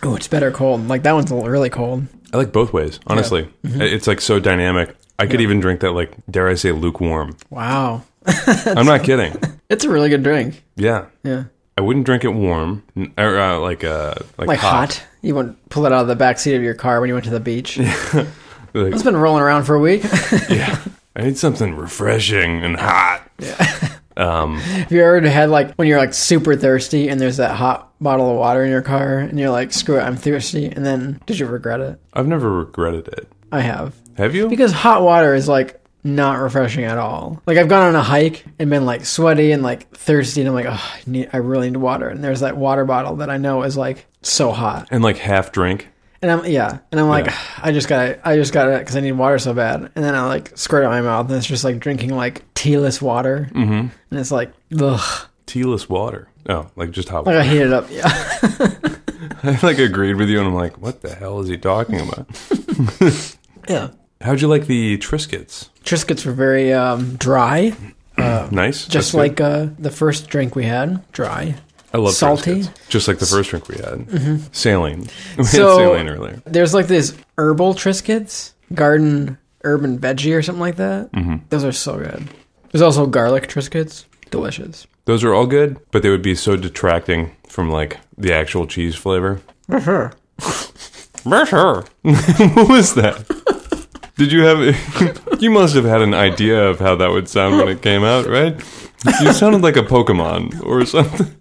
Speaker 1: Oh, it's better cold. Like that one's a little really cold.
Speaker 2: I like both ways. Honestly, it's like so dynamic. I could even drink that, like dare I say, lukewarm.
Speaker 1: Wow.
Speaker 2: I'm not kidding.
Speaker 1: It's a really good drink.
Speaker 2: Yeah,
Speaker 1: Yeah.
Speaker 2: I wouldn't drink it warm n- or uh, like uh like,
Speaker 1: Like hot. You wouldn't pull it out of the back seat of your car when you went to the beach.
Speaker 2: Like,
Speaker 1: It's been rolling around for a week.
Speaker 2: yeah, I need something refreshing and hot. Um,
Speaker 1: Have you ever had like when you're like super thirsty and there's that hot bottle of water in your car and you're like, screw it, I'm thirsty, and then did you regret it?
Speaker 2: I've never regretted it.
Speaker 1: I have.
Speaker 2: Have you?
Speaker 1: Because hot water is like not refreshing at all. Like I've gone on a hike and been like sweaty and like thirsty and I'm like, oh, I, need, I really need water. And there's that water bottle that I know is like so hot.
Speaker 2: and like half drink.
Speaker 1: And I'm yeah, and I'm like,
Speaker 2: Yeah.
Speaker 1: I just got to I just got it because I need water so bad. And then I like squirt it out my mouth and it's just like drinking like tealess water. Mm-hmm. And it's like, ugh,
Speaker 2: Tealess water. Oh, like just hot
Speaker 1: like
Speaker 2: water.
Speaker 1: I heat it up. Yeah.
Speaker 2: I like agreed with you, and I'm like, what the hell is he talking about?
Speaker 1: Yeah.
Speaker 2: How'd you like the Triscuits?
Speaker 1: Triscuits were very um, dry,
Speaker 2: nice. That's
Speaker 1: just
Speaker 2: good.
Speaker 1: like uh, the first drink we had, dry.
Speaker 2: I love
Speaker 1: salty. Mm-hmm.
Speaker 2: Triscuits. Just like the first drink we had. Saline. We
Speaker 1: So-
Speaker 2: had saline earlier.
Speaker 1: There's like this herbal Triscuits, garden urban veggie or something like that. Mm-hmm. Those are so good. There's also garlic Triscuits, delicious.
Speaker 2: Those are all good, but they would be so detracting from like the actual cheese flavor. That's her. what was that? Did you have? you must have had an idea of how that would sound when it came out, right? You sounded like a Pokemon or something.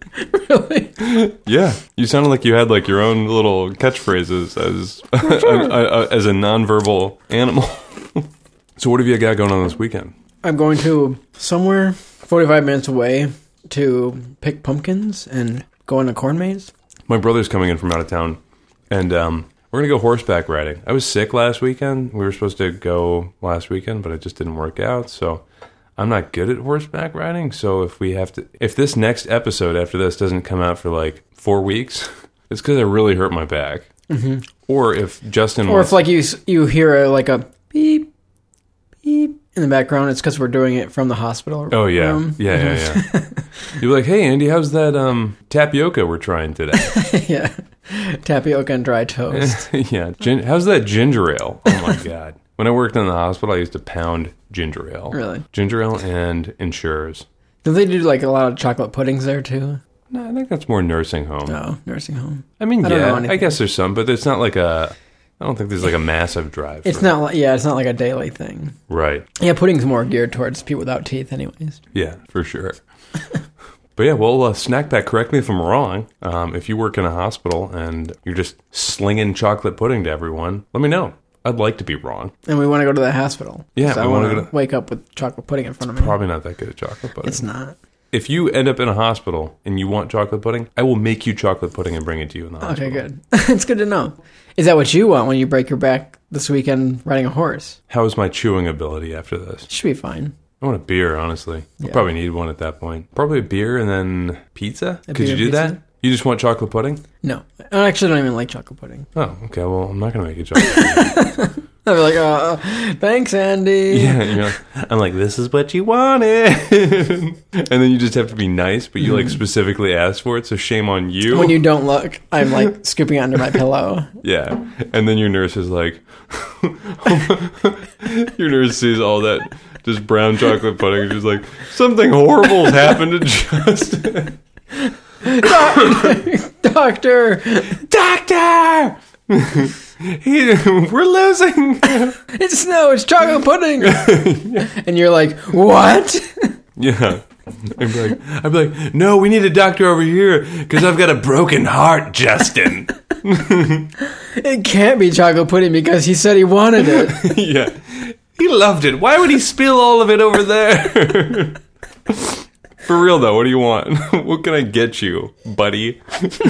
Speaker 1: Really?
Speaker 2: Yeah, you sounded like you had like your own little catchphrases as a, a, as a nonverbal animal. so, what have you got going on this weekend?
Speaker 1: I'm going to somewhere 45 minutes away to pick pumpkins and go on a corn maze.
Speaker 2: My brother's coming in from out of town, and um, we're gonna go horseback riding. I was sick last weekend. We were supposed to go last weekend, but it just didn't work out. So I'm not good at horseback riding. So if we have to, if this next episode after this doesn't come out for like four weeks, it's because I really hurt my back. Or if Justin,
Speaker 1: Mm-hmm. Or
Speaker 2: wants,
Speaker 1: if like you s- you hear a, like a beep beep in the background, it's because we're doing it from the hospital.
Speaker 2: oh yeah,
Speaker 1: room.
Speaker 2: yeah, yeah, yeah. You're like, hey Andy, how's that um, tapioca we're trying today?
Speaker 1: yeah, tapioca and dry toast.
Speaker 2: yeah. Gin- how's that ginger ale? Oh my god. When I worked in the hospital, I used to pound ginger ale.
Speaker 1: Really?
Speaker 2: Ginger ale and insurers.
Speaker 1: Do they do like a lot of chocolate puddings there too?
Speaker 2: No, I think that's more nursing home.
Speaker 1: No, nursing home.
Speaker 2: I mean,
Speaker 1: I don't know
Speaker 2: yeah, I
Speaker 1: anything.
Speaker 2: guess there's some, but it's not like a. I don't think there's like a massive drive.
Speaker 1: It's
Speaker 2: for-
Speaker 1: not like yeah, it's not like a daily thing.
Speaker 2: right.
Speaker 1: Yeah, pudding's more geared towards people without teeth, anyways.
Speaker 2: Yeah, for sure. but yeah, well, uh, snack pack. Correct me if I'm wrong. Um, if you work in a hospital and you're just slinging chocolate pudding to everyone, let me know. I'd like to be wrong.
Speaker 1: And we want to go to the hospital.
Speaker 2: Yeah,
Speaker 1: so I
Speaker 2: we
Speaker 1: want
Speaker 2: wanna
Speaker 1: to
Speaker 2: go to-
Speaker 1: wake up with chocolate pudding in front of me.
Speaker 2: Probably not that good at chocolate pudding.
Speaker 1: It's not.
Speaker 2: if you end up in a hospital and you want chocolate pudding, I will make you chocolate pudding and bring it to you in the hospital.
Speaker 1: Okay, good. it's good to know. Is that what you want when you break your back this weekend riding a horse?
Speaker 2: How is my chewing ability after this?
Speaker 1: Should be fine.
Speaker 2: I want a beer, honestly.
Speaker 1: Yeah.
Speaker 2: I'll probably need one at that point. Probably a beer and then pizza.
Speaker 1: A
Speaker 2: Could
Speaker 1: beer
Speaker 2: you
Speaker 1: and
Speaker 2: do
Speaker 1: pizza?
Speaker 2: that? You just want chocolate pudding?
Speaker 1: No, I actually don't even like chocolate pudding.
Speaker 2: Oh, okay. Well, I'm not going to make you chocolate.
Speaker 1: I'd be like, uh, thanks, Andy.
Speaker 2: yeah, and you're like- I'm like, this is what you wanted. and then you just have to be nice, but
Speaker 1: Mm.
Speaker 2: you like specifically asked for it, so shame on you.
Speaker 1: When you don't look, I'm like scooping it under my pillow.
Speaker 2: yeah. And then your nurse is like, your nurse sees all that just brown chocolate pudding and she's like, something horrible's happened to Justin.
Speaker 1: Doctor,
Speaker 2: Doctor! He- we're losing.
Speaker 1: it's no, it's chocolate pudding. And you're like, what?
Speaker 2: Yeah. I'd be like, I'd be like, no, we need a doctor over here because I've got a broken heart, Justin.
Speaker 1: It can't be chocolate pudding because he said he wanted it.
Speaker 2: yeah. He loved it. Why would he spill all of it over there? For real though, what do you want? what can I get you, buddy?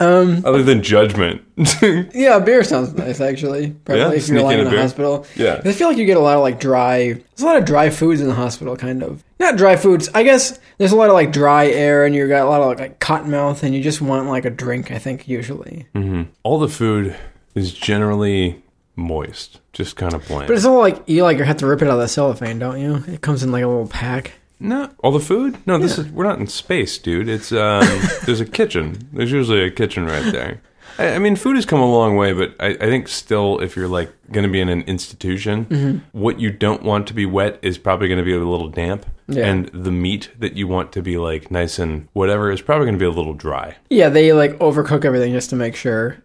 Speaker 1: Um,
Speaker 2: Other than judgment.
Speaker 1: yeah, beer sounds nice actually. Probably
Speaker 2: Yeah,
Speaker 1: if
Speaker 2: sneak
Speaker 1: you're lying in
Speaker 2: in a
Speaker 1: the
Speaker 2: beer.
Speaker 1: hospital.
Speaker 2: Yeah.
Speaker 1: I feel like you get a lot of like dry. There's a lot of dry foods in the hospital, kind of. Not dry foods. I guess there's a lot of like dry air, and you got a lot of like, like cotton mouth, and you just want like a drink. I think usually,
Speaker 2: Hmm. all the food is generally moist, just kind of bland.
Speaker 1: but it's all like you like have to rip it out of the cellophane, don't you? It comes in like a little pack.
Speaker 2: No, all the food? No, this is we're not in space, dude. It's um, there's a kitchen. There's usually a kitchen right there. I, I mean, food has come a long way, but I, I think still, if you're like going to be in an institution,
Speaker 1: Mm-hmm.
Speaker 2: what you don't want to be wet is probably going to be a little damp,
Speaker 1: Yeah.
Speaker 2: and the meat that you want to be like nice and whatever is probably going to be a little dry,
Speaker 1: Yeah, they like overcook everything just to make sure.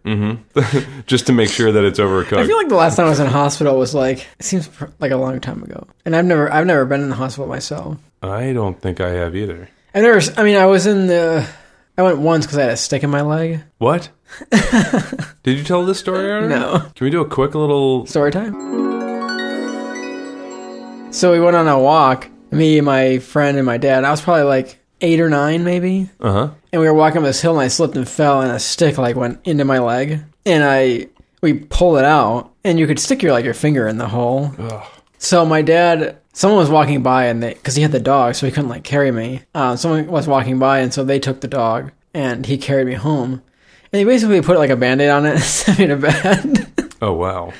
Speaker 2: just to make sure that it's
Speaker 1: I
Speaker 2: overcooked.
Speaker 1: feel like the last time I was in hospital was like it seems pr- like a long time ago, and I've never I've never been in the hospital myself.
Speaker 2: I don't think I have either.
Speaker 1: I never. I mean, I was in the. I went once because I had a stick in my leg.
Speaker 2: What? Did you tell this story? Already?
Speaker 1: No.
Speaker 2: Can we do a quick little?
Speaker 1: Story time. So we went on a walk. Me, my friend, and my dad. I was probably like eight or nine, maybe.
Speaker 2: Uh huh.
Speaker 1: And we were walking up this hill, and I slipped and fell, and a stick like went into my leg. And I we pulled it out, and you could stick your like your finger in the hole. So my dad, someone was walking by, and they because he had the dog, so he couldn't like carry me. Uh, someone was walking by, and so they took the dog, and he carried me home. And he basically put like a band-aid on it and sent me to bed.
Speaker 2: Oh wow.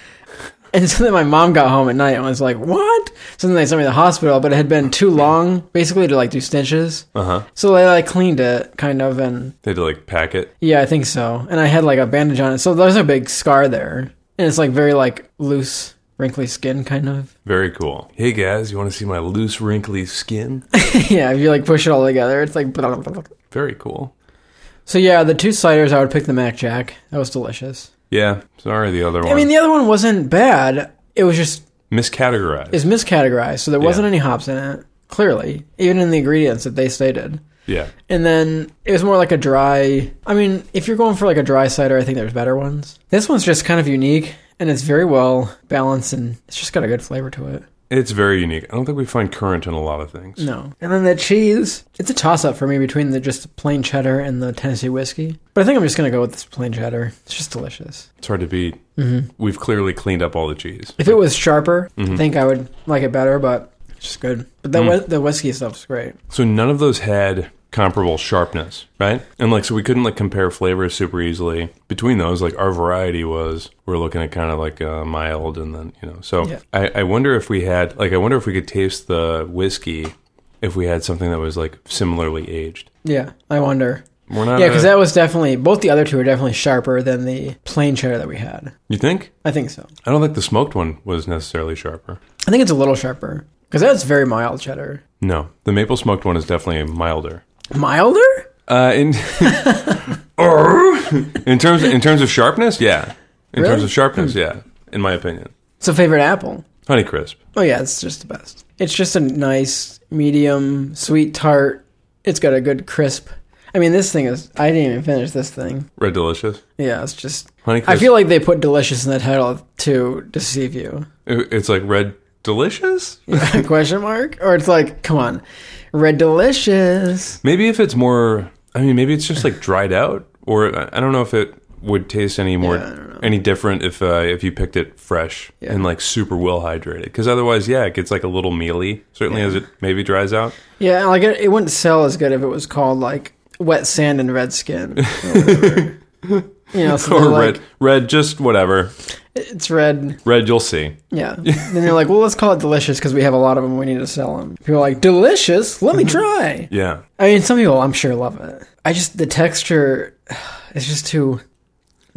Speaker 1: And so then my mom got home at night and was like, "What?" So then they sent me to the hospital, but it had been too long, basically, to like do stitches.
Speaker 2: Uh huh.
Speaker 1: So they like cleaned it, kind of, and
Speaker 2: They had to like pack it.
Speaker 1: yeah, I think so. And I had like a bandage on it, so there's a big scar there, and it's like very like loose, wrinkly skin, kind of.
Speaker 2: Very cool. Hey guys, you want to see my loose, wrinkly skin?
Speaker 1: yeah, if you like push it all together, it's like.
Speaker 2: Very cool.
Speaker 1: So yeah, the two ciders, I would pick the Mac Jack. That was delicious.
Speaker 2: Yeah. Sorry, the other one.
Speaker 1: I mean, the other one wasn't bad. It was just
Speaker 2: Miscategorized.
Speaker 1: it's miscategorized, so there wasn't any hops in it. Clearly, even in the ingredients that they stated.
Speaker 2: yeah.
Speaker 1: And then it was more like a dry. I mean, if you're going for like a dry cider, I think there's better ones. This one's just kind of unique and it's very well balanced and it's just got a good flavor to it.
Speaker 2: It's very unique. I don't think we find current in a lot of things.
Speaker 1: No. And then the cheese, it's a toss up for me between the just plain cheddar and the Tennessee whiskey. But I think I'm just going to go with this plain cheddar. It's just delicious.
Speaker 2: It's hard to beat. Mm-hmm. We've clearly cleaned up all the cheese.
Speaker 1: If it was sharper, I think I would like it better, but it's just good. But the, whi- the whiskey stuff's great.
Speaker 2: So none of those had comparable sharpness, right? And like, so we couldn't like compare flavors super easily between those. Like, our variety was we're looking at kind of like a mild, and then you know. So
Speaker 1: Yeah.
Speaker 2: I, I wonder if we had like I wonder if we could taste the whiskey if we had something that was like similarly aged.
Speaker 1: Yeah, I wonder.
Speaker 2: We're not.
Speaker 1: Yeah, because
Speaker 2: a-
Speaker 1: that was definitely, both the other two are definitely sharper than the plain cheddar that we had.
Speaker 2: you think?
Speaker 1: I think so.
Speaker 2: I don't think the smoked one was necessarily sharper.
Speaker 1: I think it's a little sharper because that's very mild cheddar.
Speaker 2: No, the maple smoked one is definitely milder.
Speaker 1: Milder?
Speaker 2: Uh, in in terms in terms of sharpness, yeah, in
Speaker 1: Really?
Speaker 2: terms of sharpness. Yeah, in my opinion,
Speaker 1: It's a favorite apple.
Speaker 2: Honeycrisp.
Speaker 1: Oh yeah, it's just the best. It's just a nice medium sweet tart. It's got a good crisp. I mean, this thing is. I didn't even finish this thing.
Speaker 2: Red Delicious.
Speaker 1: Yeah, it's just.
Speaker 2: Honeycrisp.
Speaker 1: I feel like they put delicious in the title to deceive you.
Speaker 2: It- it's like Red Delicious.
Speaker 1: Question mark? Or it's like, come on, red delicious.
Speaker 2: Maybe if it's more, I mean, maybe it's just like dried out, or I I don't know if it would taste any more
Speaker 1: Yeah, I don't know.
Speaker 2: any different if uh, if you picked it fresh
Speaker 1: Yeah.
Speaker 2: and like super well hydrated. Because otherwise, yeah, it gets like a little mealy. Certainly, as it maybe dries out.
Speaker 1: Yeah, like it, it wouldn't sell as good if it was called like wet sand and red skin. Or whatever. you know, so
Speaker 2: Or
Speaker 1: they're like
Speaker 2: red, red, just whatever.
Speaker 1: it's red.
Speaker 2: Red, you'll see.
Speaker 1: Yeah. then you're like, well, let's call it delicious because we have a lot of them. We need to sell them. People are like, delicious. Let me try.
Speaker 2: Yeah,
Speaker 1: I mean, some people I'm sure love it. I just the texture, it's just too.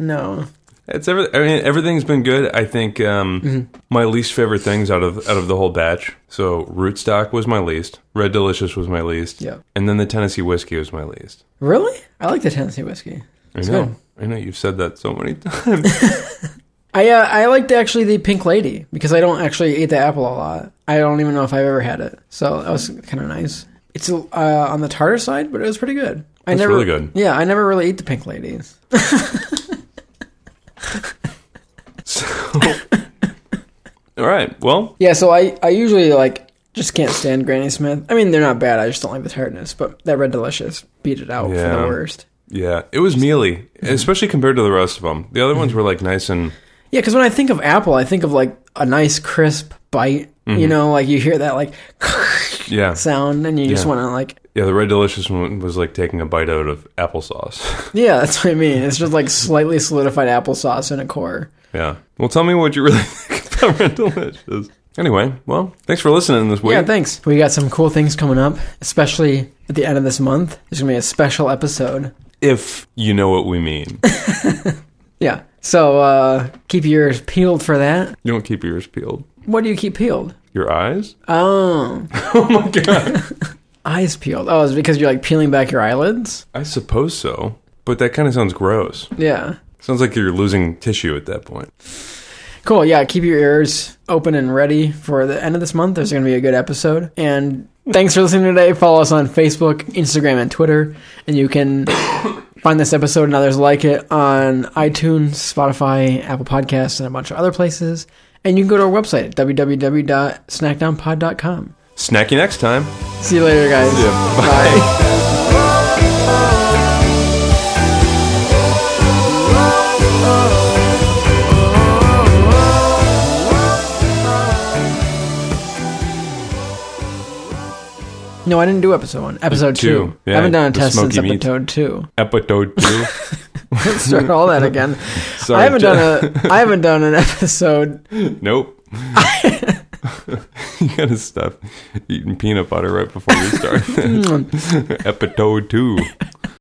Speaker 1: No,
Speaker 2: it's every, I mean, everything's been good. I think um,
Speaker 1: Mm-hmm.
Speaker 2: my least favorite things out of out of the whole batch. So rootstock was my least. Red delicious was my least.
Speaker 1: Yeah.
Speaker 2: and then the Tennessee whiskey was my least.
Speaker 1: really, I like the Tennessee whiskey.
Speaker 2: I
Speaker 1: It's
Speaker 2: know.
Speaker 1: good.
Speaker 2: I know you've said that so many times.
Speaker 1: I uh, I liked actually the Pink Lady because I don't actually eat the apple a lot. I don't even know if I've ever had it, so that was kind of nice. It's uh, on the tartar side, but it was pretty good. I
Speaker 2: That's
Speaker 1: never
Speaker 2: really good.
Speaker 1: Yeah, I never really eat the Pink Ladies.
Speaker 2: All right. Well,
Speaker 1: Yeah, so I I usually like just can't stand Granny Smith. I mean, they're not bad. I just don't like the tartness, but that Red Delicious beat it out for
Speaker 2: Yeah.
Speaker 1: the worst.
Speaker 2: yeah, it was mealy, especially compared to the rest of them. The other ones were like nice and
Speaker 1: Yeah, because when I think of apple, I think of like a nice crisp bite.
Speaker 2: Mm-hmm.
Speaker 1: You know, like you hear that like
Speaker 2: yeah,
Speaker 1: sound, and you just
Speaker 2: Yeah.
Speaker 1: want to like
Speaker 2: yeah. The red delicious one was like taking a bite out of applesauce.
Speaker 1: yeah, that's what I mean. It's just like slightly solidified applesauce in a core.
Speaker 2: yeah. Well, tell me what you really think about red delicious. Anyway, well, thanks for listening this week.
Speaker 1: Yeah, thanks. We got some cool things coming up, especially at the end of this month. There's gonna be a special episode.
Speaker 2: if you know what we mean,
Speaker 1: Yeah. So uh keep your ears peeled for that.
Speaker 2: you don't keep your ears peeled.
Speaker 1: What do you keep peeled?
Speaker 2: Your eyes?
Speaker 1: Oh.
Speaker 2: Oh my god.
Speaker 1: Eyes peeled. Oh, it's because you're like peeling back your eyelids?
Speaker 2: I suppose so, but that kind of sounds gross.
Speaker 1: Yeah.
Speaker 2: Sounds like you're losing tissue at that point.
Speaker 1: Cool. Yeah, keep your ears open and ready for the end of this month. There's going to be a good episode. And thanks for listening today. Follow us on Facebook, Instagram, and Twitter. And you can find this episode and others like it on iTunes, Spotify, Apple Podcasts, and a bunch of other places. And you can go to our website, www.snackdownpod.com.
Speaker 2: Snack you next time.
Speaker 1: See you later, guys.
Speaker 2: Yeah,
Speaker 1: Bye. No, I didn't do episode one. Episode two.
Speaker 2: Two. Yeah,
Speaker 1: I haven't done a
Speaker 2: the
Speaker 1: test since
Speaker 2: smoky meat.
Speaker 1: episode two.
Speaker 2: Episode two.
Speaker 1: Start all that again.
Speaker 2: Sorry,
Speaker 1: I haven't
Speaker 2: Jeff.
Speaker 1: done a. I haven't done an episode.
Speaker 2: Nope. you gotta stop eating peanut butter right before you start. Episode two.